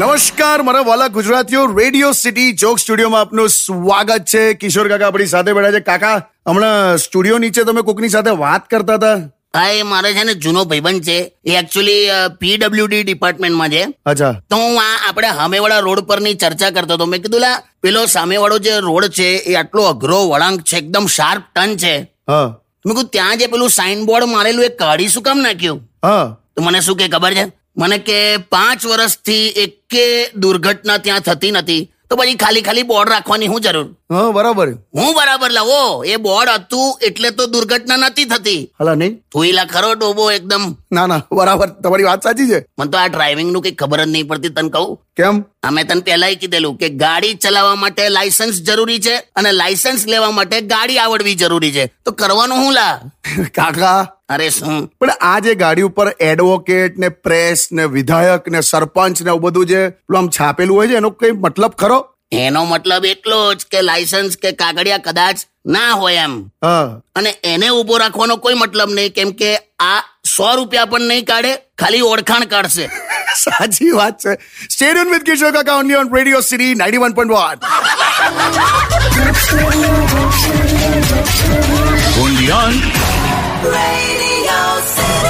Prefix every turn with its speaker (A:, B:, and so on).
A: નમસ્કાર મારા વાલા ગુજરાતીઓ રેડિયો સિટી જોક સ્ટુડિયોમાં આપનું સ્વાગત છે કિશોર કાકા આપણી સાથે બેઠા છે કાકા હમણાં સ્ટુડિયો નીચે તમે કોકની સાથે વાત કરતા હતા
B: હા એ મારે છે ને જૂનો ભાઈબંધ છે એ એકચ્યુઅલી પીડબ્લ્યુડી ડિપાર્ટમેન્ટમાં છે
A: અચ્ા
B: તો હું આ આપણે સામેવાળા રોડ પરની ચર્ચા કરતો હતો મેં કીધું લા પેલો સામેવાળો જે રોડ છે એ આટલો અઘરો વળાંક છે એકદમ શાર્પ ટર્ન છે
A: હા
B: મેં કીધું ત્યાં જે પેલું સાઇન બોર્ડ મારેલું એ કાઢી શું કામ નાખ્યું
A: હા
B: તો મને શું કે ખબર છે મને કે પાંચ વર્ષથી એકે દુર્ઘટના ત્યાં થતી નથી તો પછી ખાલી ખાલી બોર્ડ રાખવાની શું જરૂર
A: હા બરાબર
B: હું બરાબર લાવો એ બોર્ડ હતું એટલે તો દુર્ઘટના નથી થતી
A: હલા નહીં
B: થોઈલા ખરો ડોબો એકદમ
A: ના ના બરાબર તમારી વાત સાચી છે
B: મને તો આ ડ્રાઇવિંગ નું કઈ ખબર જ નહીં પડતી તને કહું
A: કેમ
B: આ મેં તને પહેલા કીધેલું કે ગાડી ચલાવવા માટે લાયસન્સ જરૂરી છે અને લાયસન્સ લેવા માટે ગાડી આવડવી જરૂરી છે તો કરવાનું હું લા
A: કાકા
B: અરે શું
A: પણ આ જે ગાડી ઉપર એડવોકેટ ને પ્રેસ ને વિધાયક ને સરપંચ ને એવું બધું જે પેલું આમ છાપેલું હોય છે એનો કઈ મતલબ ખરો
B: એનો મતલબ એટલો જ કે લાયસન્સ કે કાગળિયા કદાચ ના હોય એમ
A: હા
B: અને એને ઉભો રાખવાનો કોઈ મતલબ નહીં કેમ કે આ સો રૂપિયા પણ નહીં કાઢે ખાલી ઓળખાણ કાઢશે
A: સાચી વાત છે stadium with Kishor Kaka only on radio city ninety one point one
C: Radio City.